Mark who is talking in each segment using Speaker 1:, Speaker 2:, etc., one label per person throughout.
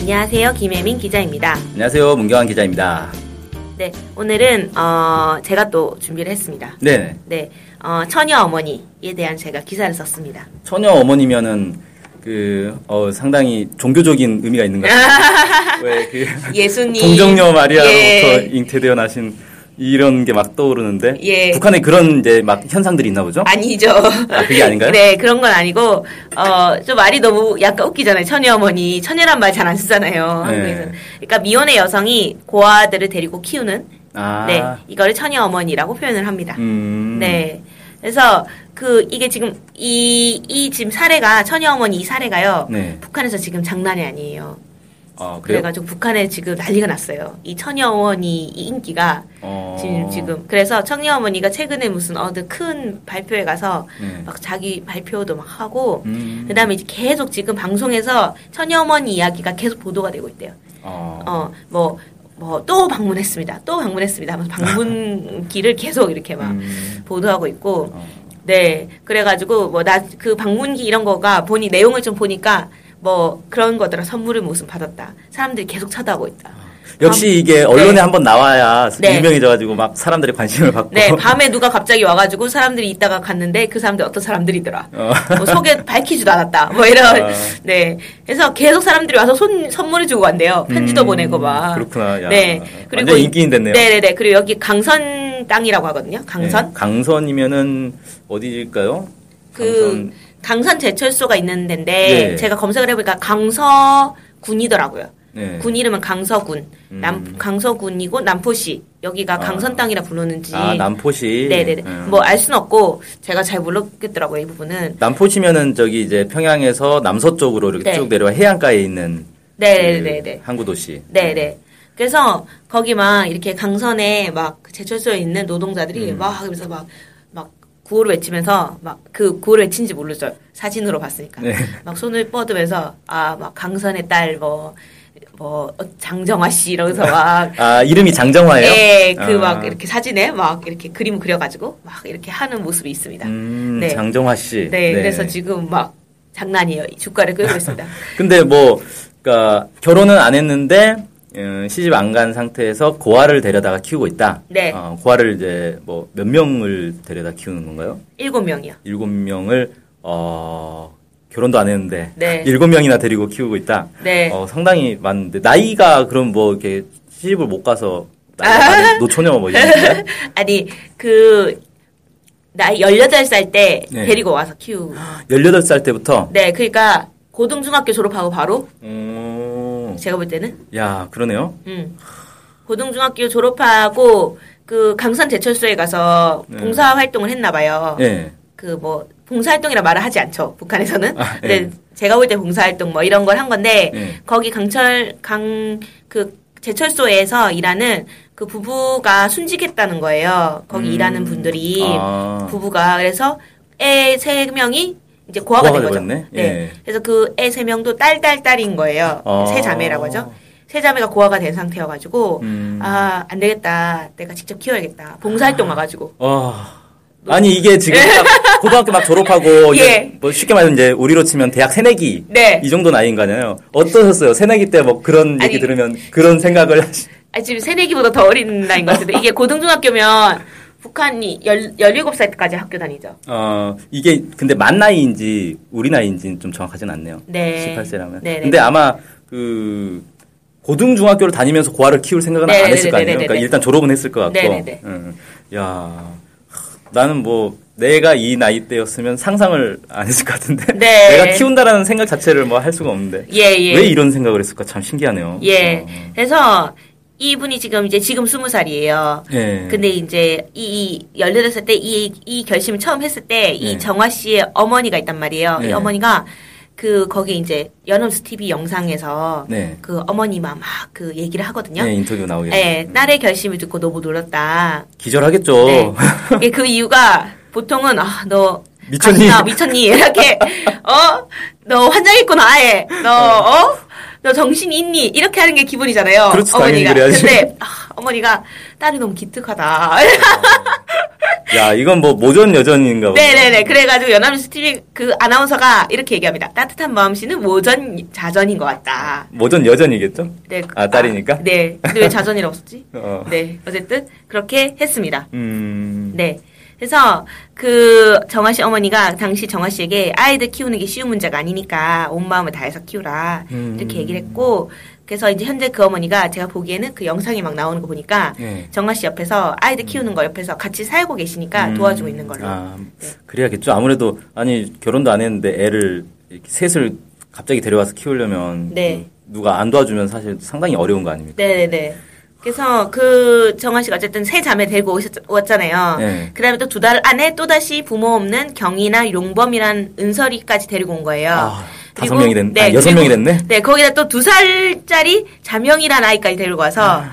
Speaker 1: 안녕하세요. 김혜민 기자입니다.
Speaker 2: 안녕하세요. 문경환 기자입니다.
Speaker 1: 네, 오늘은 어, 제가 또 준비를 했습니다.
Speaker 2: 네.
Speaker 1: 네, 어, 처녀 어머니에 대한 제가 기사를 썼습니다.
Speaker 2: 처녀 어머니면은 그 어, 상당히 종교적인 의미가 있는 것 같아요. 왜그
Speaker 1: 예수님
Speaker 2: 동정녀 마리아로부터
Speaker 1: 예,
Speaker 2: 잉태되어 나신 이런 게 막 떠오르는데
Speaker 1: 예.
Speaker 2: 북한에 그런 이제 막 현상들이 있나 보죠?
Speaker 1: 아니죠.
Speaker 2: 아, 그게 아닌가요?
Speaker 1: 네, 그런 건 아니고 어좀 말이 너무 약간 웃기잖아요. 처녀 어머니, 처녀란 말 잘 안 쓰잖아요.
Speaker 2: 네.
Speaker 1: 한국에서. 그러니까 미혼의 여성이 고아들을 데리고 키우는
Speaker 2: 아.
Speaker 1: 네 이거를 처녀 어머니라고 표현을 합니다.
Speaker 2: 음.
Speaker 1: 네. 그래서 그 이게 지금 이 이 지금 사례가 처녀 어머니 이 사례가요.
Speaker 2: 네.
Speaker 1: 북한에서 지금 장난이 아니에요.
Speaker 2: 아, 그래요?
Speaker 1: 그래가지고 북한에 지금 난리가 났어요. 이 처녀 어머니 이 인기가
Speaker 2: 어.
Speaker 1: 지금 지금 그래서 청녀 어머니가 최근에 무슨 어느 큰 발표에 가서
Speaker 2: 네.
Speaker 1: 막 자기 발표도 막 하고
Speaker 2: 음.
Speaker 1: 그다음에 이제 계속 지금 방송에서 처녀 어머니 이야기가 계속 보도가 되고 있대요.
Speaker 2: 어.
Speaker 1: 어 뭐 뭐 또 방문했습니다. 또 방문했습니다. 하면서 방문기를 계속 이렇게 막
Speaker 2: 음.
Speaker 1: 보도하고 있고
Speaker 2: 어.
Speaker 1: 네 그래가지고 뭐 나 그 방문기 이런 거가 보니 내용을 좀 보니까 뭐 그런 거더라 선물을 무슨 받았다 사람들이 계속 찾아오고 있다
Speaker 2: 역시 이게 언론에 한번 나와야
Speaker 1: 네.
Speaker 2: 유명해져가지고 막 사람들의 관심을 받고
Speaker 1: 네 밤에 누가 갑자기 와가지고 사람들이 있다가 갔는데 그 사람들 어떤 사람들이더라
Speaker 2: 어.
Speaker 1: 뭐 소개 밝히지도 않았다 뭐 이런
Speaker 2: 아.
Speaker 1: 네 그래서 계속 사람들이 와서 손 선물을 주고 간대요 편지도
Speaker 2: 음,
Speaker 1: 보내고 막
Speaker 2: 그렇구나. 야.
Speaker 1: 네.
Speaker 2: 완전
Speaker 1: 그리고 이-
Speaker 2: 인기인 됐네요.
Speaker 1: 네네네 그리고 여기 강선 땅이라고 하거든요 강선
Speaker 2: 네, 강선이면은 어디일까요?
Speaker 1: 그
Speaker 2: 강선.
Speaker 1: 강선 제철소가 있는 데인데
Speaker 2: 예.
Speaker 1: 제가 검색을 해보니까 강서군이더라고요.
Speaker 2: 네.
Speaker 1: 군 이름은 강서군,
Speaker 2: 음.
Speaker 1: 남 강서군이고 남포시 여기가
Speaker 2: 아.
Speaker 1: 강선 땅이라 부르는지.
Speaker 2: 아 남포시.
Speaker 1: 네네네.
Speaker 2: 음.
Speaker 1: 뭐 알 수는 없고 제가 잘 모르겠더라고요 이 부분은.
Speaker 2: 남포시면은 저기 이제 평양에서 남서쪽으로 이렇게
Speaker 1: 네.
Speaker 2: 쭉 내려와 해안가에 있는
Speaker 1: 네네네네.
Speaker 2: 그 항구 도시.
Speaker 1: 네네. 그래서 거기 막 이렇게 강선에 막그 제철소에 있는 노동자들이
Speaker 2: 음.
Speaker 1: 막 그러면서 막막 구호를 외치면서 막 그 구호를 외친지 모르죠 사진으로 봤으니까
Speaker 2: 네.
Speaker 1: 막 손을 뻗으면서 아 막 강선의 딸 뭐 뭐 장정화 씨 이러면서 막
Speaker 2: 아 이름이 장정화예요?
Speaker 1: 예, 그 막
Speaker 2: 아.
Speaker 1: 이렇게 사진에 막 이렇게 그림 그려가지고 막 이렇게 하는 모습이 있습니다.
Speaker 2: 음,
Speaker 1: 네.
Speaker 2: 장정화 씨.
Speaker 1: 네, 그래서 지금 막 장난이에요. 이 주가를 끌고 있습니다.
Speaker 2: 근데 뭐 그러니까 결혼은 안 했는데 음, 시집 안 간 상태에서 고아를 데려다가 키우고 있다.
Speaker 1: 네.
Speaker 2: 어, 고아를 이제 뭐 몇 명을 데려다 키우는 건가요?
Speaker 1: 일곱 명이요.
Speaker 2: 일곱 명을 어, 결혼도 안 했는데
Speaker 1: 네.
Speaker 2: 일곱 명이나 데리고 키우고 있다.
Speaker 1: 네.
Speaker 2: 어, 상당히 많은데 나이가 그럼 뭐 이렇게 시집을 못 가서 나이가
Speaker 1: 아.
Speaker 2: 많은 노처녀 뭐 이런 건가요?
Speaker 1: 아니 그 나이 18살 때
Speaker 2: 네.
Speaker 1: 데리고 와서 키우고
Speaker 2: 18살 때부터
Speaker 1: 네 그러니까 고등중학교 졸업하고 바로
Speaker 2: 오,
Speaker 1: 제가 볼 때는
Speaker 2: 야 그러네요.
Speaker 1: 음 고등중학교 졸업하고 그 강산 제철소에 가서
Speaker 2: 네.
Speaker 1: 봉사 활동을 했나 봐요
Speaker 2: 예.
Speaker 1: 그 뭐 봉사 활동이라 말을 하지 않죠 북한에서는
Speaker 2: 아,
Speaker 1: 근데
Speaker 2: 네.
Speaker 1: 제가 볼 때 봉사 활동 뭐 이런 걸 한 건데
Speaker 2: 네.
Speaker 1: 거기 강철 강 그 제철소에서 일하는 그 부부가 순직했다는 거예요 거기
Speaker 2: 음.
Speaker 1: 일하는 분들이
Speaker 2: 아,
Speaker 1: 부부가 그래서 애 세 명이 이제 고아가
Speaker 2: 고아가
Speaker 1: 된 거죠.
Speaker 2: 돼버렸네?
Speaker 1: 네.
Speaker 2: 예.
Speaker 1: 그래서 그 애 세 명도 딸 딸 딸인 거예요.
Speaker 2: 아.
Speaker 1: 세 자매라고 하죠. 세 자매가 고아가 된 상태여가지고
Speaker 2: 음.
Speaker 1: 아 안 되겠다. 내가 직접 키워야겠다.
Speaker 2: 아.
Speaker 1: 봉사활동 와가지고
Speaker 2: 와. 아니 이게 지금 딱 고등학교 막
Speaker 1: 네.
Speaker 2: 졸업하고
Speaker 1: 예.
Speaker 2: 이제 뭐 쉽게 말하면 이제 우리로 치면 대학 새내기
Speaker 1: 네.
Speaker 2: 이 정도 나이인가요? 어떠셨어요? 새내기 때 뭐 그런
Speaker 1: 아니.
Speaker 2: 얘기 들으면 그런 생각을 하시-
Speaker 1: 아 지금 새내기보다 더 어린 나이인 것 같은데 이게 고등중학교면 북한이 열, 17살까지 학교 다니죠.
Speaker 2: 어 이게 근데 만 나이인지 우리 나이인지는 좀 정확하진 않네요.
Speaker 1: 네.
Speaker 2: 18세라면.
Speaker 1: 네네.
Speaker 2: 근데 아마 그 고등 중학교를 다니면서 고아를 키울 생각은 안
Speaker 1: 네네네네네네.
Speaker 2: 했을 거 아니에요. 그러니까 일단 졸업은 했을 것 같고.
Speaker 1: 네네네.
Speaker 2: 음. 야. 나는 뭐 내가 이 나이 때였으면 상상을 안 했을 것 같은데
Speaker 1: 네.
Speaker 2: 내가 키운다라는 생각 자체를 뭐 할 수가 없는데
Speaker 1: 예, 예.
Speaker 2: 왜 이런 생각을 했을까 참 신기하네요.
Speaker 1: 예.
Speaker 2: 어.
Speaker 1: 그래서 이분이 지금 이제 지금 20살이에요.
Speaker 2: 예.
Speaker 1: 근데 이제 이, 이 18살 때 이 이 결심을 처음 했을 때 이
Speaker 2: 네.
Speaker 1: 정화 씨의 어머니가 있단 말이에요. 이
Speaker 2: 네.
Speaker 1: 어머니가 그 거기 이제 연합스 TV 영상에서
Speaker 2: 네.
Speaker 1: 그 어머니만 막 그 얘기를 하거든요.
Speaker 2: 네, 인터뷰 나오겠죠.
Speaker 1: 예, 딸의 결심을 듣고 너무 놀랐다.
Speaker 2: 기절하겠죠.
Speaker 1: 네. 이게 그 이유가 보통은 아, 너
Speaker 2: 미쳤니?
Speaker 1: 가시나, 미쳤니? 이렇게 어? 너 환장했구나 아예. 너 어? 너 정신이 있니? 이렇게 하는 게 기본이잖아요.
Speaker 2: 그렇지, 당연히
Speaker 1: 어머니가.
Speaker 2: 그래야지.
Speaker 1: 근데 아, 어머니가 딸이 너무 기특하다.
Speaker 2: 야, 이건 뭐 모전 여전인가 보다.
Speaker 1: 네네네. 그래가지고 연합뉴스 TV 그 아나운서가 이렇게 얘기합니다. 따뜻한 마음씨는 모전 자전인 것 같다.
Speaker 2: 모전 여전이겠죠?
Speaker 1: 네.
Speaker 2: 아, 딸이니까?
Speaker 1: 네. 근데 왜 자전이라고 썼지?
Speaker 2: 어.
Speaker 1: 네. 어쨌든 그렇게 했습니다.
Speaker 2: 음.
Speaker 1: 네. 그래서 그 정아 씨 어머니가 당시 정아 씨에게 아이들 키우는 게 쉬운 문제가 아니니까 온 마음을 다해서 키우라
Speaker 2: 음.
Speaker 1: 이렇게 얘기를 했고 그래서 이제 현재 그 어머니가 제가 보기에는 그 영상이 막 나오는 거 보니까
Speaker 2: 네.
Speaker 1: 정아 씨 옆에서 아이들 키우는 거 옆에서 같이 살고 계시니까
Speaker 2: 음.
Speaker 1: 도와주고 있는 걸로. 네.
Speaker 2: 아, 그래야겠죠. 아무래도 아니 결혼도 안 했는데 애를 이렇게 셋을 갑자기 데려와서 키우려면
Speaker 1: 네.
Speaker 2: 그 누가 안 도와주면 사실 상당히 어려운 거 아닙니까?
Speaker 1: 네네네. 그래서 그 정아 씨가 어쨌든 세 자매 데리고 오셨- 왔잖아요.
Speaker 2: 네.
Speaker 1: 그다음에 또 두 달 안에 또 다시 부모 없는 경이나 용범이란 은설이까지 데리고 온 거예요.
Speaker 2: 아, 다섯
Speaker 1: 그리고-
Speaker 2: 명이 됐네. 아, 여섯
Speaker 1: 그리고-
Speaker 2: 명이 됐네.
Speaker 1: 네, 거기다 또 두 살짜리 자명이란 아이까지 데리고 와서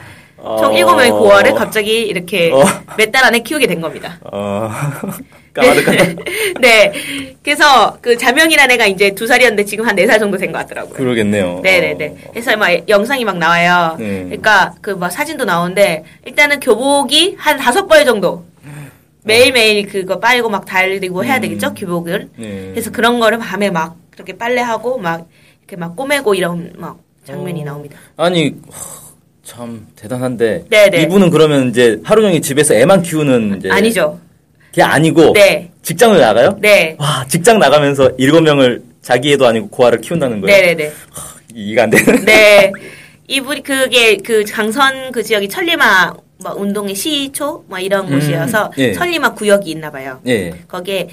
Speaker 1: 총
Speaker 2: 어.
Speaker 1: 일곱 명의 고아를 갑자기 이렇게
Speaker 2: 어.
Speaker 1: 몇 달 안에 키우게 된 겁니다.
Speaker 2: 어. 까마득하다.
Speaker 1: 네, 그래서 그 자명이란 애가 이제 두 살이었는데 지금 한 네 살 정도 된 것 같더라고요.
Speaker 2: 그러겠네요. 어.
Speaker 1: 네네네. 그래서 막 영상이 막 나와요.
Speaker 2: 네.
Speaker 1: 그러니까 그 막 사진도 나오는데 일단은 교복이 한 다섯 벌 정도
Speaker 2: 네.
Speaker 1: 매일매일 그거 빨고 막 달리고 해야
Speaker 2: 음.
Speaker 1: 되겠죠 교복을.
Speaker 2: 네.
Speaker 1: 그래서 그런 거를 밤에 막 그렇게 빨래하고 막 이렇게 막 꼬매고 이런 막
Speaker 2: 어.
Speaker 1: 장면이 나옵니다.
Speaker 2: 아니 허, 참 대단한데
Speaker 1: 네네.
Speaker 2: 이분은 그러면 이제 하루 종일 집에서 애만 키우는 이제
Speaker 1: 아니죠.
Speaker 2: 그게 아니고
Speaker 1: 네.
Speaker 2: 직장을 나가요?
Speaker 1: 네.
Speaker 2: 와 직장 나가면서 일곱 명을 자기 애도 아니고 고아를 키운다는 거예요.
Speaker 1: 네네네.
Speaker 2: 이해가 안 되는.
Speaker 1: 네. 이분이 그게 그 강선 그 지역이 천리마 막 운동의 시초 막 이런
Speaker 2: 음,
Speaker 1: 곳이어서
Speaker 2: 예.
Speaker 1: 천리마 구역이 있나 봐요.
Speaker 2: 예.
Speaker 1: 거기에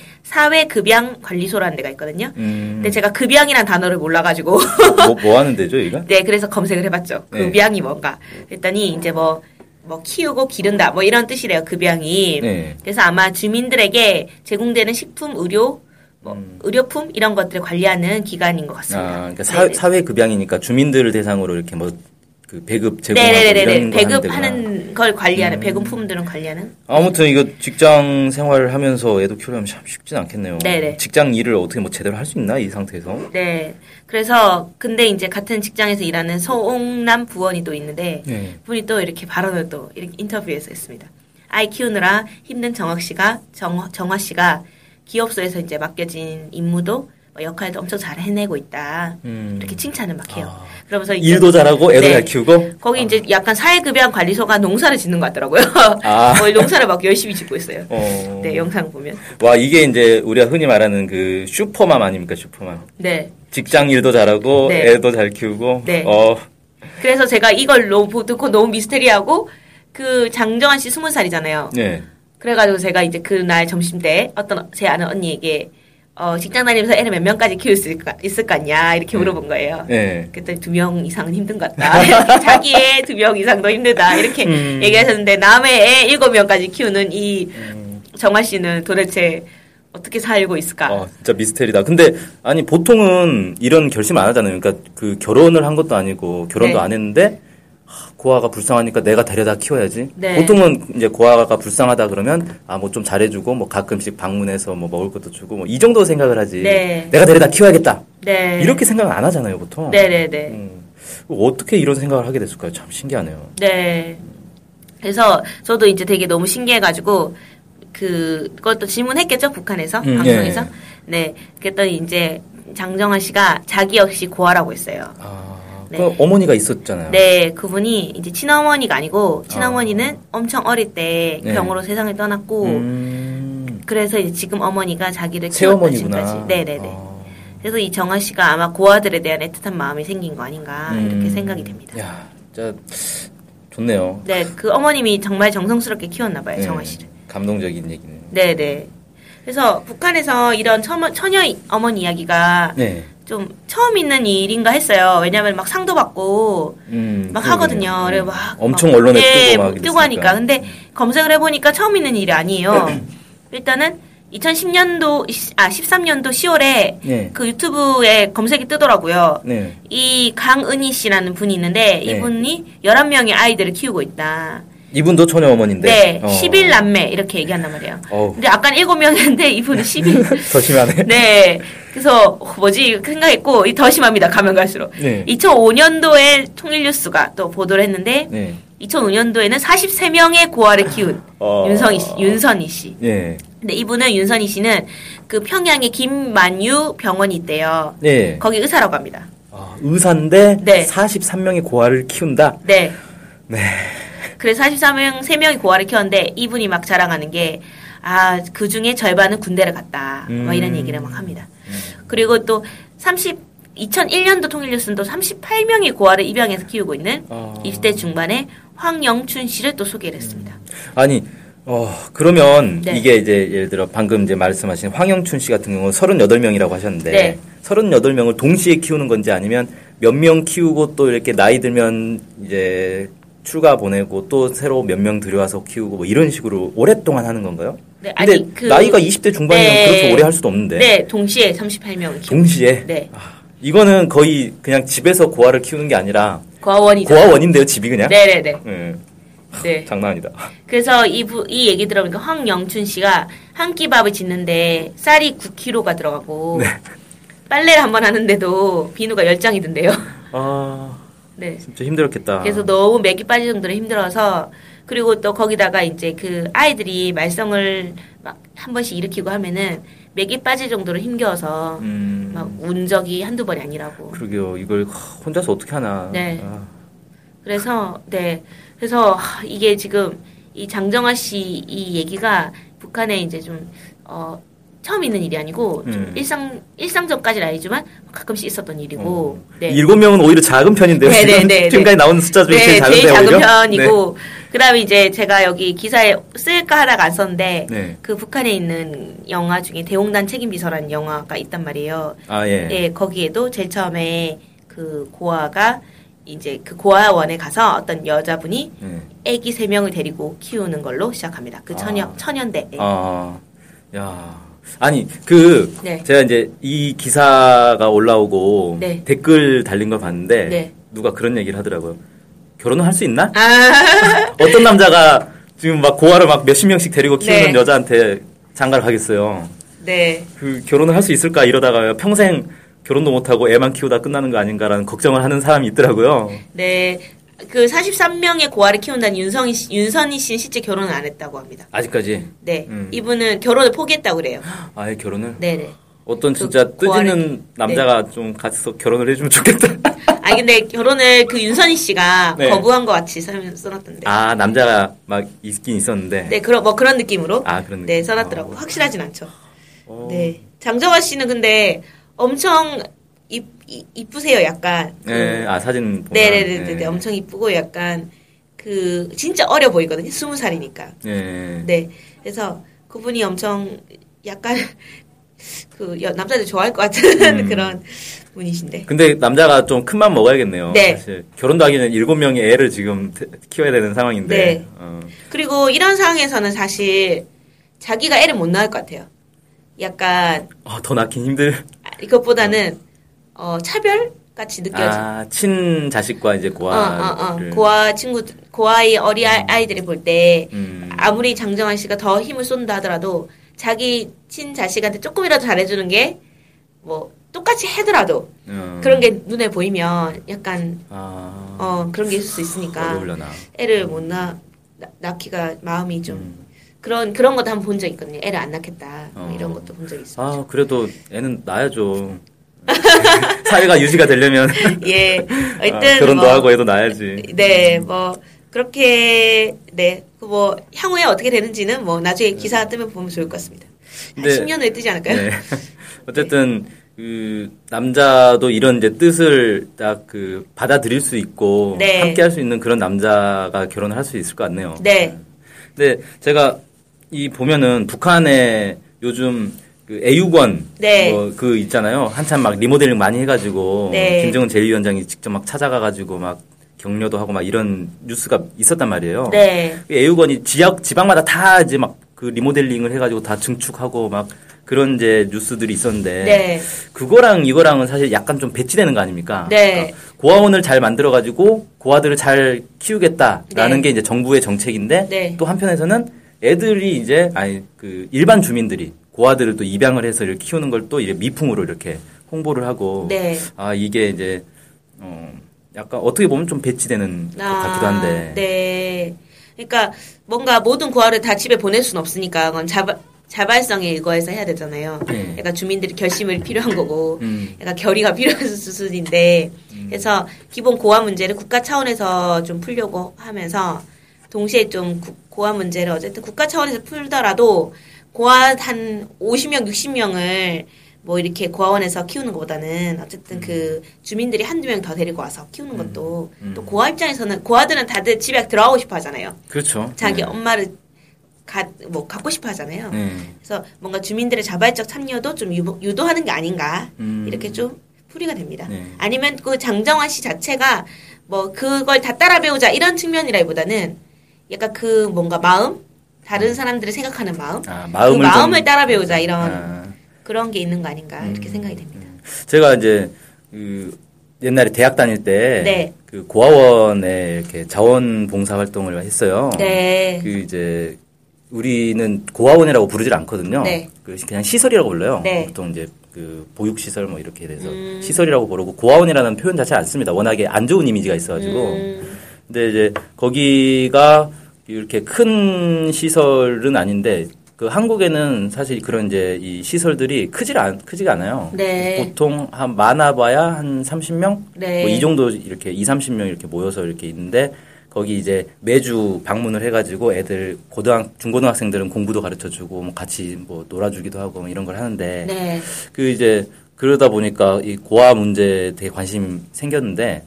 Speaker 1: 사회급양관리소라는 데가 있거든요.
Speaker 2: 음.
Speaker 1: 근데 제가 급양이란 단어를 몰라가지고
Speaker 2: 뭐, 뭐 하는 데죠, 얘가?
Speaker 1: 네 그래서 검색을 해봤죠.
Speaker 2: 네.
Speaker 1: 급양이 뭔가 했더니 이제 뭐 뭐 키우고 기른다 뭐 이런 뜻이래요 급양이
Speaker 2: 네.
Speaker 1: 그래서 아마 주민들에게 제공되는 식품 의료 뭐 의료품 이런 것들을 관리하는 기관인 것 같습니다.
Speaker 2: 음. 아, 그러니까 사,
Speaker 1: 네네.
Speaker 2: 사회 급양이니까 주민들을 대상으로 이렇게 뭐 그 배급 제공하고 이런
Speaker 1: 네네네네
Speaker 2: 거 하는 음. 데구나.
Speaker 1: 배급하는 걸 관리하는 배급품들은 관리하는
Speaker 2: 아무튼 이거 직장 생활을 하면서 애도 키우려면 참 쉽진 않겠네요.
Speaker 1: 네네.
Speaker 2: 직장 일을 어떻게 뭐 제대로 할 수 있나 이 상태에서?
Speaker 1: 네 그래서 근데 이제 같은 직장에서 일하는 소옹남 부원이 또 있는데
Speaker 2: 네.
Speaker 1: 분이 또 이렇게 발언을 또 이렇게 인터뷰에서 했습니다. 아이 키우느라 힘든 정학 씨가 정, 정화 씨가 기업소에서 이제 맡겨진 임무도 뭐 역할도 엄청 잘 해내고 있다.
Speaker 2: 음.
Speaker 1: 이렇게 칭찬을 막 해요. 그러면서 이제-
Speaker 2: 일도 잘하고 애도
Speaker 1: 네.
Speaker 2: 잘 키우고.
Speaker 1: 거기 이제 약간 사회급여한 관리소가 농사를 짓는 것 같더라고요.
Speaker 2: 아.
Speaker 1: 거의 농사를 막 열심히 짓고 있어요.
Speaker 2: 어.
Speaker 1: 네, 영상 보면.
Speaker 2: 와 이게 이제 우리가 흔히 말하는 그 슈퍼맘 아닙니까 슈퍼맘.
Speaker 1: 네.
Speaker 2: 직장 일도 잘하고
Speaker 1: 네.
Speaker 2: 애도 잘 키우고.
Speaker 1: 네.
Speaker 2: 어.
Speaker 1: 그래서 제가 이걸 너무 듣고 너무 미스테리하고 그 장정환 씨 스무 살이잖아요.
Speaker 2: 네.
Speaker 1: 그래가지고 제가 이제 그날 점심 때 어떤 제 아는 언니에게 어, 직장 다니면서 애를 몇 명까지 키울 수 있을까, 있을 것 같냐 이렇게 물어본 거예요.
Speaker 2: 네.
Speaker 1: 그랬더니 두 명 이상은 힘든 것 같다. 자기의 두 명 이상도 힘들다. 이렇게
Speaker 2: 음.
Speaker 1: 얘기하셨는데 남의 애 일곱 명까지 키우는 이 정화 씨는 도대체 어떻게 살고 있을까?
Speaker 2: 음. 어, 진짜 미스테리다. 근데 아니 보통은 이런 결심 안 하잖아요. 그러니까 그 결혼을 한 것도 아니고 결혼도
Speaker 1: 네.
Speaker 2: 안 했는데 하, 고아가 불쌍하니까 내가 데려다 키워야지.
Speaker 1: 네.
Speaker 2: 보통은 이제 고아가 불쌍하다 그러면 아 뭐 좀 잘해주고 뭐 가끔씩 방문해서 뭐 먹을 것도 주고 뭐 이 정도 생각을 하지.
Speaker 1: 네.
Speaker 2: 내가 데려다 키워야겠다.
Speaker 1: 네.
Speaker 2: 이렇게 생각을 안 하잖아요 보통.
Speaker 1: 네네네.
Speaker 2: 음, 어떻게 이런 생각을 하게 됐을까요? 참 신기하네요.
Speaker 1: 네. 그래서 저도 이제 되게 너무 신기해가지고 그 그것도 질문했겠죠 북한에서
Speaker 2: 음,
Speaker 1: 방송에서
Speaker 2: 예.
Speaker 1: 네 그랬더니 이제 장정환 씨가 자기 역시 고아라고 했어요.
Speaker 2: 아,
Speaker 1: 네.
Speaker 2: 그 어머니가 있었잖아요.
Speaker 1: 네 그분이 이제 친어머니가 아니고 친어머니는 엄청 어릴 때
Speaker 2: 네.
Speaker 1: 병으로 세상을 떠났고
Speaker 2: 음,
Speaker 1: 그래서 이제 지금 어머니가 자기를 키웠던 지금까지
Speaker 2: 새어머니구나.
Speaker 1: 네네네.
Speaker 2: 아.
Speaker 1: 그래서 이 정환 씨가 아마 고아들에 대한 애틋한 마음이 생긴 거 아닌가 이렇게
Speaker 2: 음.
Speaker 1: 생각이 됩니다.
Speaker 2: 야, 진짜 좋네요.
Speaker 1: 네, 그 어머님이 정말 정성스럽게 키웠나 봐요,
Speaker 2: 네,
Speaker 1: 정환 씨를.
Speaker 2: 감동적인 얘기네요.
Speaker 1: 네네. 그래서 북한에서 이런 처머, 처녀 이- 어머니 이야기가
Speaker 2: 네.
Speaker 1: 좀 처음 있는 일인가 했어요. 왜냐하면 막 상도 받고
Speaker 2: 음,
Speaker 1: 막
Speaker 2: 그러네요.
Speaker 1: 하거든요. 그래
Speaker 2: 음.
Speaker 1: 막
Speaker 2: 엄청
Speaker 1: 막,
Speaker 2: 언론에
Speaker 1: 예,
Speaker 2: 뜨고 막
Speaker 1: 뜨고 하니까.
Speaker 2: 이랬으니까.
Speaker 1: 근데 검색을 해보니까 처음 있는 일이 아니에요. 일단은 2010년도 아 13년도 10월에
Speaker 2: 네.
Speaker 1: 그 유튜브에 검색이 뜨더라고요.
Speaker 2: 네.
Speaker 1: 이 강은희 씨라는 분이 있는데
Speaker 2: 네.
Speaker 1: 이분이 11명의 아이들을 키우고 있다.
Speaker 2: 이분도 처녀 어머니인데.
Speaker 1: 네,
Speaker 2: 어.
Speaker 1: 10일 남매 이렇게 얘기한단 말이에요.
Speaker 2: 어우.
Speaker 1: 근데 아까 7명이었는데 이분은 10일.
Speaker 2: 더 심하네.
Speaker 1: 네. 그래서 어, 뭐지 생각했고 이더 심합니다. 가면 갈수록.
Speaker 2: 네.
Speaker 1: 2005년도에 통일뉴스가 또 보도를 했는데
Speaker 2: 네.
Speaker 1: 2005년도에는 43명의 고아를 키운
Speaker 2: 어.
Speaker 1: 윤성희 씨, 윤선희 씨.
Speaker 2: 예.
Speaker 1: 근데 이분은 윤선희 씨는 그 평양의 김만유 병원이 있대요.
Speaker 2: 예.
Speaker 1: 거기 의사라고 합니다.
Speaker 2: 아, 의사인데
Speaker 1: 네.
Speaker 2: 43명의 고아를 키운다.
Speaker 1: 네. 그래서 43명, 3명이 고아를 키웠는데 이분이 막 자랑하는 게 아, 그 중에 절반은 군대를 갔다. 막 이런
Speaker 2: 음.
Speaker 1: 얘기를 막 합니다. 그리고 또 30, 2001년도 통일뉴스는 또 38명의 고아를 입양해서 키우고 있는
Speaker 2: 아.
Speaker 1: 20대 중반의 황영춘 씨를 또 소개를 했습니다.
Speaker 2: 음. 아니, 어, 그러면
Speaker 1: 네.
Speaker 2: 이게 이제 예를 들어 방금 이제 말씀하신 황영춘 씨 같은 경우는 38명이라고 하셨는데
Speaker 1: 네.
Speaker 2: 서 38명을 동시에 키우는 건지 아니면 몇 명 키우고 또 이렇게 나이 들면 이제 출가 보내고 또 새로 몇 명 들여와서 키우고 뭐 이런 식으로 오랫동안 하는 건가요?
Speaker 1: 네,
Speaker 2: 근데
Speaker 1: 아니, 그-
Speaker 2: 나이가 20대 중반이면
Speaker 1: 네.
Speaker 2: 그렇게 오래 할 수도 없는데
Speaker 1: 네, 동시에 38명을 키우고
Speaker 2: 동시에
Speaker 1: 네.
Speaker 2: 이거는 거의 그냥 집에서 고아를 키우는 게 아니라
Speaker 1: 고아원이죠.
Speaker 2: 고아원인데요 집이 그냥?
Speaker 1: 네네네.
Speaker 2: 예,
Speaker 1: 네.
Speaker 2: 장난 아니다.
Speaker 1: 그래서 이, 부, 이 얘기 들어보니까 황영춘 씨가 한 끼 밥을 짓는데 쌀이 9kg가 들어가고 빨래를 한 번 하는데도 비누가 10장이 든대요.
Speaker 2: 아
Speaker 1: 네.
Speaker 2: 진짜 힘들었겠다.
Speaker 1: 그래서 너무 맥이 빠질 정도로 힘들어서 그리고 또 거기다가 이제 그 아이들이 말썽을 막 한 번씩 일으키고 하면은 맥이 빠질 정도로 힘겨워서
Speaker 2: 음,
Speaker 1: 막 운 적이 한두 번이 아니라고.
Speaker 2: 그러게요. 이걸 혼자서 어떻게 하나.
Speaker 1: 네.
Speaker 2: 아,
Speaker 1: 그래서 네 그래서 하, 이게 지금 이 장정아 씨 이 얘기가 북한에 이제 좀 어 처음 있는 일이 아니고 좀
Speaker 2: 음.
Speaker 1: 일상 일상적까지는 아니지만 가끔씩 있었던 일이고 네.
Speaker 2: 어. 일곱 명은 오히려 작은 편인데요.
Speaker 1: 네,
Speaker 2: 지금,
Speaker 1: 네, 네,
Speaker 2: 지금까지 나온 숫자 중에
Speaker 1: 네,
Speaker 2: 제일 작은데 네.
Speaker 1: 제일 작은
Speaker 2: 오히려.
Speaker 1: 편이고 그다음에 이제 제가 여기 기사에 쓸까 하다가 안 썼는데
Speaker 2: 네. 네.
Speaker 1: 그 북한에 있는 영화 중에 대홍단 책임 비서라는 영화가 있단 말이에요.
Speaker 2: 아 예.
Speaker 1: 예, 거기에도 제일 처음에 그 고아가 이제 그 고아원에 가서 어떤 여자분이
Speaker 2: 네.
Speaker 1: 아기 세 명을 데리고 키우는 걸로 시작합니다. 그
Speaker 2: 아.
Speaker 1: 천연 천연대. 예.
Speaker 2: 아, 야. 아니, 그,
Speaker 1: 네.
Speaker 2: 제가 이제 이 기사가 올라오고
Speaker 1: 네.
Speaker 2: 댓글 달린 걸 봤는데,
Speaker 1: 네.
Speaker 2: 누가 그런 얘기를 하더라고요. 결혼을 할 수 있나?
Speaker 1: 아,
Speaker 2: 어떤 남자가 지금 막 고아를 막 몇십 명씩 데리고 키우는
Speaker 1: 네.
Speaker 2: 여자한테 장가를 가겠어요.
Speaker 1: 네.
Speaker 2: 그 결혼을 할 수 있을까 이러다가 평생 결혼도 못하고 애만 키우다 끝나는 거 아닌가라는 걱정을 하는 사람이 있더라고요.
Speaker 1: 네. 그 43명의 고아를 키운다는 윤성희 씨, 윤선희 씨는 실제 결혼을 안 했다고 합니다.
Speaker 2: 아직까지
Speaker 1: 네.
Speaker 2: 음.
Speaker 1: 이분은 결혼을 포기했다고 그래요.
Speaker 2: 아예 결혼을
Speaker 1: 네, 네.
Speaker 2: 어떤 진짜
Speaker 1: 그 고아를-
Speaker 2: 뜨지는 남자가 좀 같이서 결혼을 해주면 좋겠다.
Speaker 1: 아 근데 결혼을 그 윤선희 씨가
Speaker 2: 네.
Speaker 1: 거부한 것 같이 써- 써놨던데.
Speaker 2: 아 남자가 막 있긴 있었는데.
Speaker 1: 네, 그런 뭐 그런 느낌으로
Speaker 2: 아, 그런
Speaker 1: 네,
Speaker 2: 느낌.
Speaker 1: 써놨더라고. 확실하진 않죠.
Speaker 2: 어.
Speaker 1: 네. 장정화 씨는 근데 엄청 이, 이, 이쁘세요, 약간. 그
Speaker 2: 네, 아 사진 보면.
Speaker 1: 네네네네.
Speaker 2: 네.
Speaker 1: 엄청 이쁘고 약간 그 진짜 어려 보이거든요. 스무 살이니까.
Speaker 2: 네.
Speaker 1: 네. 그래서 그분이 엄청 약간 그 여- 남자들 좋아할 것 같은
Speaker 2: 음.
Speaker 1: 그런 분이신데.
Speaker 2: 근데 남자가 좀 큰 맘 먹어야겠네요.
Speaker 1: 네.
Speaker 2: 사실 결혼도 하기는 일곱 명의 애를 지금 태- 키워야 되는 상황인데.
Speaker 1: 네.
Speaker 2: 어.
Speaker 1: 그리고 이런 상황에서는 사실 자기가 애를 못 낳을 것 같아요. 약간
Speaker 2: 아, 더 낳긴 힘들.
Speaker 1: 아, 이것보다는 어, 차별 같이 느껴져.
Speaker 2: 아, 친 자식과 이제
Speaker 1: 어,
Speaker 2: 고아를.
Speaker 1: 어, 어. 고아 친구, 고아의 어린 아이- 아이들이 볼 때
Speaker 2: 음.
Speaker 1: 아무리 장정환 씨가 더 힘을 쏜다 하더라도 자기 친 자식한테 조금이라도 잘해주는 게 뭐 똑같이 해더라도
Speaker 2: 음.
Speaker 1: 그런 게 눈에 보이면 약간
Speaker 2: 아.
Speaker 1: 어 그러니까. 그런 게 있을 수 있으니까
Speaker 2: 어려울려나.
Speaker 1: 애를 못 낳, 낳- 낳기가 마음이 좀
Speaker 2: 음.
Speaker 1: 그런 그런 것도 한 번 본 적 있거든요. 애를 안 낳겠다 뭐
Speaker 2: 어.
Speaker 1: 이런 것도 본 적 있어요.
Speaker 2: 아, 그래도 애는 낳아야죠. 사회가 유지가 되려면.
Speaker 1: 예,
Speaker 2: 아,
Speaker 1: 어쨌든
Speaker 2: 결혼도
Speaker 1: 뭐,
Speaker 2: 하고 애도 낳아야지.
Speaker 1: 네,
Speaker 2: 음.
Speaker 1: 뭐 그렇게 네, 그 뭐 향후에 어떻게 되는지는 뭐 나중에 기사 뜨면 보면 좋을 것 같습니다. 한
Speaker 2: 네.
Speaker 1: 10년 후에 뜨지 않을까요?
Speaker 2: 네. 어쨌든 그 남자도 이런 이제 뜻을 딱 그 받아들일 수 있고
Speaker 1: 네.
Speaker 2: 함께 할 수 있는 그런 남자가 결혼을 할 수 있을 것 같네요.
Speaker 1: 네.
Speaker 2: 근데 제가 이 보면은 북한에 요즘 그 애육원
Speaker 1: 네.
Speaker 2: 뭐 그 있잖아요. 한참 막 리모델링 많이 해가지고
Speaker 1: 네.
Speaker 2: 김정은 제1위원장이 직접 막 찾아가가지고 막 격려도 하고 막 이런 뉴스가 있었단 말이에요. 그
Speaker 1: 네.
Speaker 2: 애육원이 지역 지방마다 다 이제 막 그 리모델링을 해가지고 다 증축하고 막 그런 이제 뉴스들이 있었는데
Speaker 1: 네.
Speaker 2: 그거랑 이거랑은 사실 약간 좀 배치되는 거 아닙니까?
Speaker 1: 네.
Speaker 2: 그러니까 고아원을 잘 만들어가지고 고아들을 잘 키우겠다라는
Speaker 1: 네.
Speaker 2: 게 이제 정부의 정책인데
Speaker 1: 네.
Speaker 2: 또 한편에서는 애들이 이제 아니 그 일반 주민들이 고아들을 또 입양을 해서 이렇게 키우는 걸 또 미풍으로 이렇게 홍보를 하고
Speaker 1: 네.
Speaker 2: 아 이게 이제 어 약간 어떻게 보면 좀 배치되는 것 같기도 한데
Speaker 1: 아, 네. 그러니까 뭔가 모든 고아를 다 집에 보낼 수는 없으니까 그건 자발 자발성의 일거에서 해야 되잖아요.
Speaker 2: 네.
Speaker 1: 그러니까 주민들이 결심을 필요한 거고,
Speaker 2: 음.
Speaker 1: 그러니까 결의가 필요한 수순인데, 그래서 기본 고아 문제를 국가 차원에서 좀 풀려고 하면서 동시에 좀 구- 고아 문제를 어쨌든 국가 차원에서 풀더라도 고아 한 50명, 60명을 뭐 이렇게 고아원에서 키우는 것보다는 어쨌든
Speaker 2: 음.
Speaker 1: 그 주민들이 한두 명 더 데리고 와서 키우는 것도 또 고아 입장에서는 고아들은 다들 집에 들어가고 싶어 하잖아요.
Speaker 2: 그렇죠
Speaker 1: 자기
Speaker 2: 네.
Speaker 1: 엄마를 가, 뭐 갖고 싶어 하잖아요.
Speaker 2: 네.
Speaker 1: 그래서 뭔가 주민들의 자발적 참여도 좀 유보- 유도하는 게 아닌가
Speaker 2: 음.
Speaker 1: 이렇게 좀 풀이가 됩니다.
Speaker 2: 네.
Speaker 1: 아니면 그 장정환 씨 자체가 뭐 그걸 다 따라 배우자 이런 측면이라기보다는 약간 그 뭔가 마음 다른 사람들을 생각하는 마음
Speaker 2: 아,
Speaker 1: 그
Speaker 2: 마음을 좀-
Speaker 1: 마음을 따라 배우자 이런
Speaker 2: 아. 음.
Speaker 1: 그런 게 있는 거 아닌가 이렇게 생각이 됩니다.
Speaker 2: 제가 이제 그 옛날에 대학 다닐 때
Speaker 1: 네.
Speaker 2: 그 고아원에 이렇게 자원봉사 활동을 했어요.
Speaker 1: 네.
Speaker 2: 그 이제 우리는 고아원이라고 부르질 않거든요.
Speaker 1: 네.
Speaker 2: 그 그냥 시설이라고 불러요.
Speaker 1: 네.
Speaker 2: 보통 이제 그 보육 시설 뭐 이렇게 돼서
Speaker 1: 음.
Speaker 2: 시설이라고 부르고 고아원이라는 표현 자체 안 씁니다. 워낙에 안 좋은 이미지가 있어가지고.
Speaker 1: 음,
Speaker 2: 근데 이제 거기가 이렇게 큰 시설은 아닌데 그 한국에는 사실 그런 이제 이 시설들이 크질 않 크지가 않아요.
Speaker 1: 네.
Speaker 2: 보통 한 많아봐야 한 30명
Speaker 1: 네.
Speaker 2: 뭐 이 정도 이렇게 2, 30명 이렇게 모여서 이렇게 있는데 거기 이제 매주 방문을 해가지고 애들 고등학 중고등학생들은 공부도 가르쳐 주고 뭐 같이 뭐 놀아주기도 하고 뭐 이런 걸 하는데
Speaker 1: 네.
Speaker 2: 그 이제 그러다 보니까 이 고아 문제에 되게 관심 생겼는데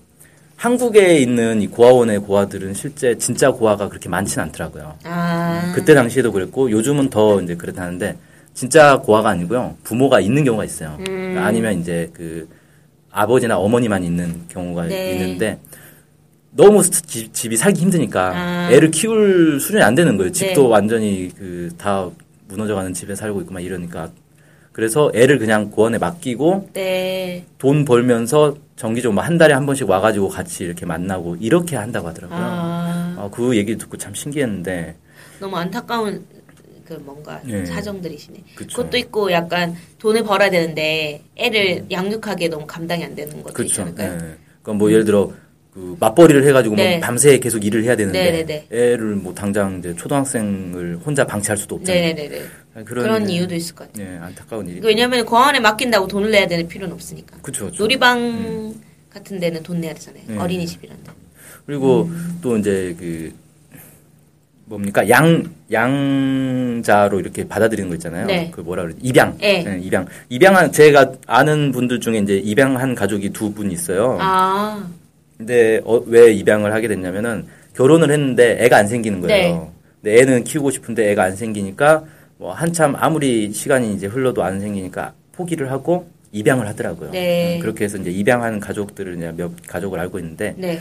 Speaker 2: 한국에 있는 이 고아원의 고아들은 실제 진짜 고아가 그렇게 많지는 않더라고요.
Speaker 1: 아.
Speaker 2: 그때 당시에도 그랬고 요즘은 더 이제 그렇다는데 진짜 고아가 아니고요 부모가 있는 경우가 있어요.
Speaker 1: 음.
Speaker 2: 그러니까 아니면 이제 그 아버지나 어머니만 있는 경우가
Speaker 1: 네.
Speaker 2: 있는데 너무 스- 집, 집이 살기 힘드니까
Speaker 1: 아.
Speaker 2: 애를 키울 수준이 안 되는 거예요. 집도
Speaker 1: 네.
Speaker 2: 완전히 그 다 무너져가는 집에 살고 있고 막 이러니까 그래서 애를 그냥 고원에 맡기고
Speaker 1: 네.
Speaker 2: 돈 벌면서 정기적으로 뭐한 달에 한 번씩 와가지고 같이 이렇게 만나고 이렇게 한다고 하더라고요.
Speaker 1: 아.
Speaker 2: 아, 그 얘기 듣고 참 신기했는데
Speaker 1: 너무 안타까운 그 뭔가
Speaker 2: 예.
Speaker 1: 사정들이시네. 그
Speaker 2: 그쵸.
Speaker 1: 것도 있고 약간 돈을 벌어야 되는데 애를 양육하기에 너무 감당이 안 되는 것도 있지
Speaker 2: 음. 그렇죠.
Speaker 1: 않을까요?
Speaker 2: 예. 그러니까 뭐 예를 들어 그 맞벌이를 해가지고
Speaker 1: 네.
Speaker 2: 뭐 밤새 계속 일을 해야 되는데
Speaker 1: 네네네.
Speaker 2: 애를 뭐 당장 이제 초등학생을 혼자 방치할 수도 없잖아요.
Speaker 1: 네네네.
Speaker 2: 그런,
Speaker 1: 그런 이유도 있을 것 같아요.
Speaker 2: 예, 안타까운 일이.
Speaker 1: 이거 왜냐면 고아원에 맡긴다고 돈을 내야 되는 필요는 없으니까.
Speaker 2: 그렇죠. 그렇죠.
Speaker 1: 놀이방 같은 데는 돈 내야 되잖아요.
Speaker 2: 네.
Speaker 1: 어린이집이란데.
Speaker 2: 그리고
Speaker 1: 음.
Speaker 2: 또 이제 그 뭡니까 양 양자로 이렇게 받아들이는 거 있잖아요.
Speaker 1: 네.
Speaker 2: 그 뭐라 그러지 입양.
Speaker 1: 예.
Speaker 2: 예, 입양. 입양한 제가 아는 분들 중에 이제 입양한 가족이 두 분 있어요.
Speaker 1: 아,
Speaker 2: 근데 어, 왜 입양을 하게 됐냐면은 결혼을 했는데 애가 안 생기는
Speaker 1: 네.
Speaker 2: 거예요. 근데 애는 키우고 싶은데 애가 안 생기니까 뭐 한참 아무리 시간이 이제 흘러도 안 생기니까 포기를 하고 입양을 하더라고요.
Speaker 1: 네.
Speaker 2: 음, 그렇게 해서 이제 입양하는 가족들을 이제 몇 가족을 알고 있는데
Speaker 1: 네,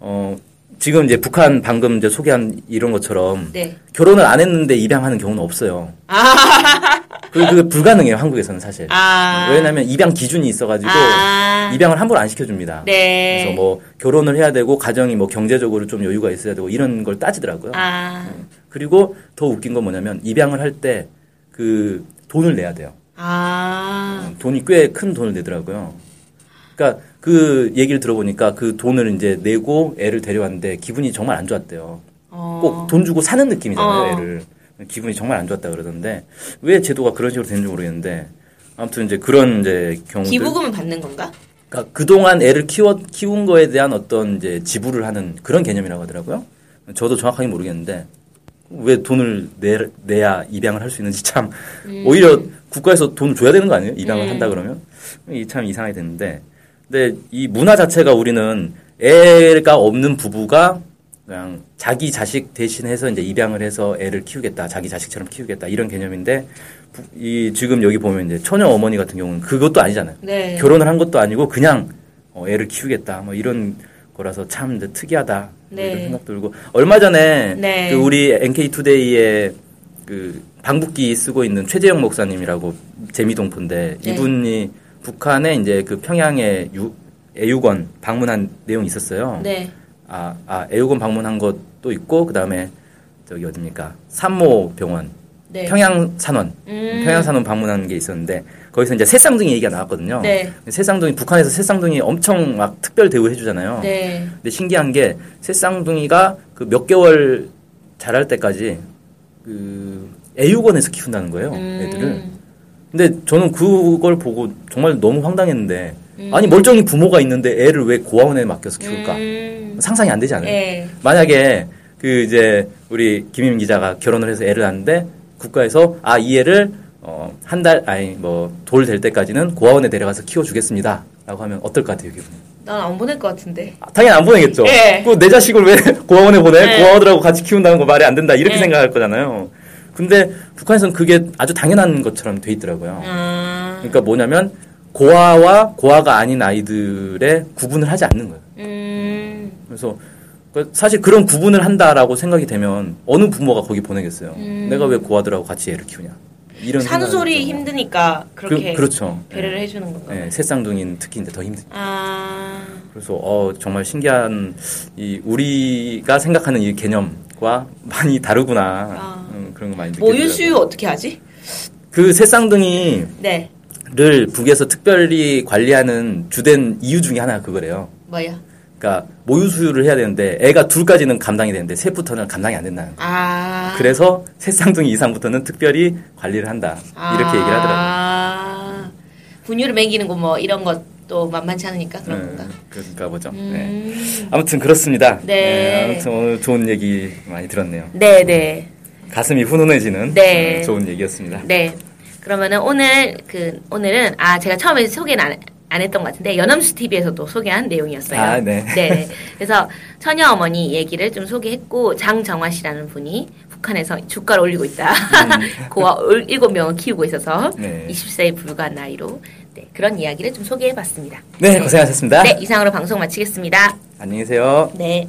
Speaker 2: 어 지금 이제 북한 방금 이제 소개한 이런 것처럼
Speaker 1: 네.
Speaker 2: 결혼을 안 했는데 입양하는 경우는 없어요. 그 그게 불가능해요 한국에서는 사실.
Speaker 1: 아,
Speaker 2: 왜냐하면 입양 기준이 있어가지고
Speaker 1: 아.
Speaker 2: 입양을 함부로 안 시켜줍니다.
Speaker 1: 네.
Speaker 2: 그래서 뭐 결혼을 해야 되고 가정이 뭐 경제적으로 좀 여유가 있어야 되고 이런 걸 따지더라고요.
Speaker 1: 아,
Speaker 2: 그리고 더 웃긴 건 뭐냐면 입양을 할 때 그 돈을 내야 돼요. 음,
Speaker 1: 아,
Speaker 2: 돈이 꽤 큰 돈을 내더라고요. 그러니까 그 얘기를 들어보니까 그 돈을 이제 내고 애를 데려왔는데 기분이 정말 안 좋았대요.
Speaker 1: 어.
Speaker 2: 꼭 돈 주고 사는 느낌이잖아요,
Speaker 1: 어.
Speaker 2: 애를. 기분이 정말 안 좋았다 그러던데 왜 제도가 그런 식으로 되는지 모르겠는데 아무튼 이제 그런 이제 경우들
Speaker 1: 기부금은 받는 건가?
Speaker 2: 그러니까 그동안 애를 키워, 키운 거에 대한 어떤 이제 지불을 하는 그런 개념이라고 하더라고요. 저도 정확하게 모르겠는데 왜 돈을 내, 내야 입양을 할 수 있는지 참 오히려 국가에서 돈을 줘야 되는 거 아니에요? 입양을
Speaker 1: 음.
Speaker 2: 한다 그러면 이게 참 이상하게 됐는데 근데 이 문화 자체가 우리는 애가 없는 부부가 그냥 자기 자식 대신해서 이제 입양을 해서 애를 키우겠다, 자기 자식처럼 키우겠다 이런 개념인데 부- 이 지금 여기 보면 이제 처녀 어머니 같은 경우는 그것도 아니잖아요.
Speaker 1: 네.
Speaker 2: 결혼을 한 것도 아니고 그냥 어, 애를 키우겠다 뭐 이런 거라서 참 이제 특이하다 뭐
Speaker 1: 네.
Speaker 2: 이런 생각 들고 얼마 전에
Speaker 1: 네.
Speaker 2: 그 우리 NK 투데이에 그 방북기 쓰고 있는 최재영 목사님이라고 재미동포인데
Speaker 1: 네.
Speaker 2: 이분이 북한의 이제 그 평양의 유, 애육원 방문한 내용이 있었어요.
Speaker 1: 네.
Speaker 2: 아, 아, 애육원 방문한 것도 있고 그다음에 저기 어딥니까? 산모 병원,
Speaker 1: 네.
Speaker 2: 평양 산원,
Speaker 1: 음.
Speaker 2: 평양 산원 방문한 게 있었는데 거기서 이제 새쌍둥이 얘기가 나왔거든요.
Speaker 1: 네.
Speaker 2: 새쌍둥이 북한에서 새쌍둥이 엄청 막 특별 대우해 주잖아요.
Speaker 1: 네.
Speaker 2: 근데 신기한 게 새쌍둥이가 그 몇 개월 자랄 때까지 그 애육원에서 키운다는 거예요,
Speaker 1: 음.
Speaker 2: 어, 애들을. 근데 저는 그걸 보고 정말 너무 황당했는데 아니 멀쩡히 부모가 있는데 애를 왜 고아원에 맡겨서 키울까?
Speaker 1: 음.
Speaker 2: 상상이 안 되지 않아요?
Speaker 1: 예.
Speaker 2: 만약에 그 이제 우리 김임 기자가 결혼을 해서 애를 낳는데 국가에서 아 이 애를 어, 한 달 아니 뭐 돌 될 때까지는 고아원에 데려가서 키워주겠습니다라고 하면 어떨 것 같아요, 기분?
Speaker 1: 난 안 보낼 것 같은데.
Speaker 2: 아, 당연히 안 보내겠죠.
Speaker 1: 예.
Speaker 2: 그 내 자식을 왜 고아원에 보내?
Speaker 1: 예.
Speaker 2: 고아원들하고 같이 키운다는 거 말이 안 된다. 이렇게
Speaker 1: 예.
Speaker 2: 생각할 거잖아요. 근데 북한에서는 그게 아주 당연한 것처럼 돼 있더라고요.
Speaker 1: 아.
Speaker 2: 그러니까 뭐냐면 고아와 고아가 아닌 아이들의 구분을 하지 않는 거예요.
Speaker 1: 음.
Speaker 2: 그래서 그 사실 그런 구분을 한다라고 생각이 되면 어느 부모가 거기 보내겠어요. 내가 왜 고아들하고 같이 애를 키우냐. 이런
Speaker 1: 사는
Speaker 2: 생각이
Speaker 1: 소리
Speaker 2: 들고.
Speaker 1: 음. 힘드니까 그렇게
Speaker 2: 그, 렇죠
Speaker 1: 배려를 해주는 건가? 요
Speaker 2: 예, 새쌍둥이는 특히 이제 더 힘들.
Speaker 1: 아.
Speaker 2: 그래서 어 정말 신기한 이 우리가 생각하는 이 개념과 많이 다르구나
Speaker 1: 아.
Speaker 2: 음, 그런 거 많이 느껴요.
Speaker 1: 모유 수유 어떻게 하지?
Speaker 2: 그 새쌍둥이를
Speaker 1: 네.
Speaker 2: 북에서 특별히 관리하는 주된 이유 중에 하나가 그거래요.
Speaker 1: 뭐야?
Speaker 2: 그러니까 모유 수유를 해야 되는데 애가 둘까지는 감당이 되는데 셋부터는 감당이 안 된다는. 거예요.
Speaker 1: 아.
Speaker 2: 그래서 새쌍둥이 이상부터는 특별히 관리를 한다 이렇게 얘기를 하더라고요.
Speaker 1: 아. 분유를 먹이는 거 뭐 이런 것도 만만치 않으니까 그런
Speaker 2: 음,
Speaker 1: 건가?
Speaker 2: 그러니까 보죠. 네.
Speaker 1: 음.
Speaker 2: 아무튼 그렇습니다.
Speaker 1: 네.
Speaker 2: 아무튼 오늘 좋은 얘기 많이 들었네요.
Speaker 1: 네, 네.
Speaker 2: 가슴이 훈훈해지는
Speaker 1: 네.
Speaker 2: 어, 좋은 얘기였습니다.
Speaker 1: 네. 그러면은 오늘 그 오늘은 아 제가 처음에 소개는 안, 안 했던 것 같은데 연암수 TV에서도 소개한 내용이었어요.
Speaker 2: 아, 네.
Speaker 1: 네. 그래서 처녀 어머니 얘기를 좀 소개했고 장정화 씨라는 분이 북한에서 주가를 올리고 있다. 고아 올- 일곱 명을 키우고 있어서
Speaker 2: 음. 네.
Speaker 1: 20세에 불과한 나이로 네, 그런 이야기를 좀 소개해봤습니다.
Speaker 2: 네, 고생하셨습니다.
Speaker 1: 네, 이상으로 방송 마치겠습니다.
Speaker 2: 안녕히 계세요.
Speaker 1: 네.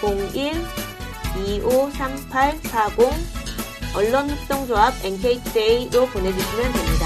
Speaker 3: 479001-01-253840 언론협동조합 NKJ로 보내주시면 됩니다.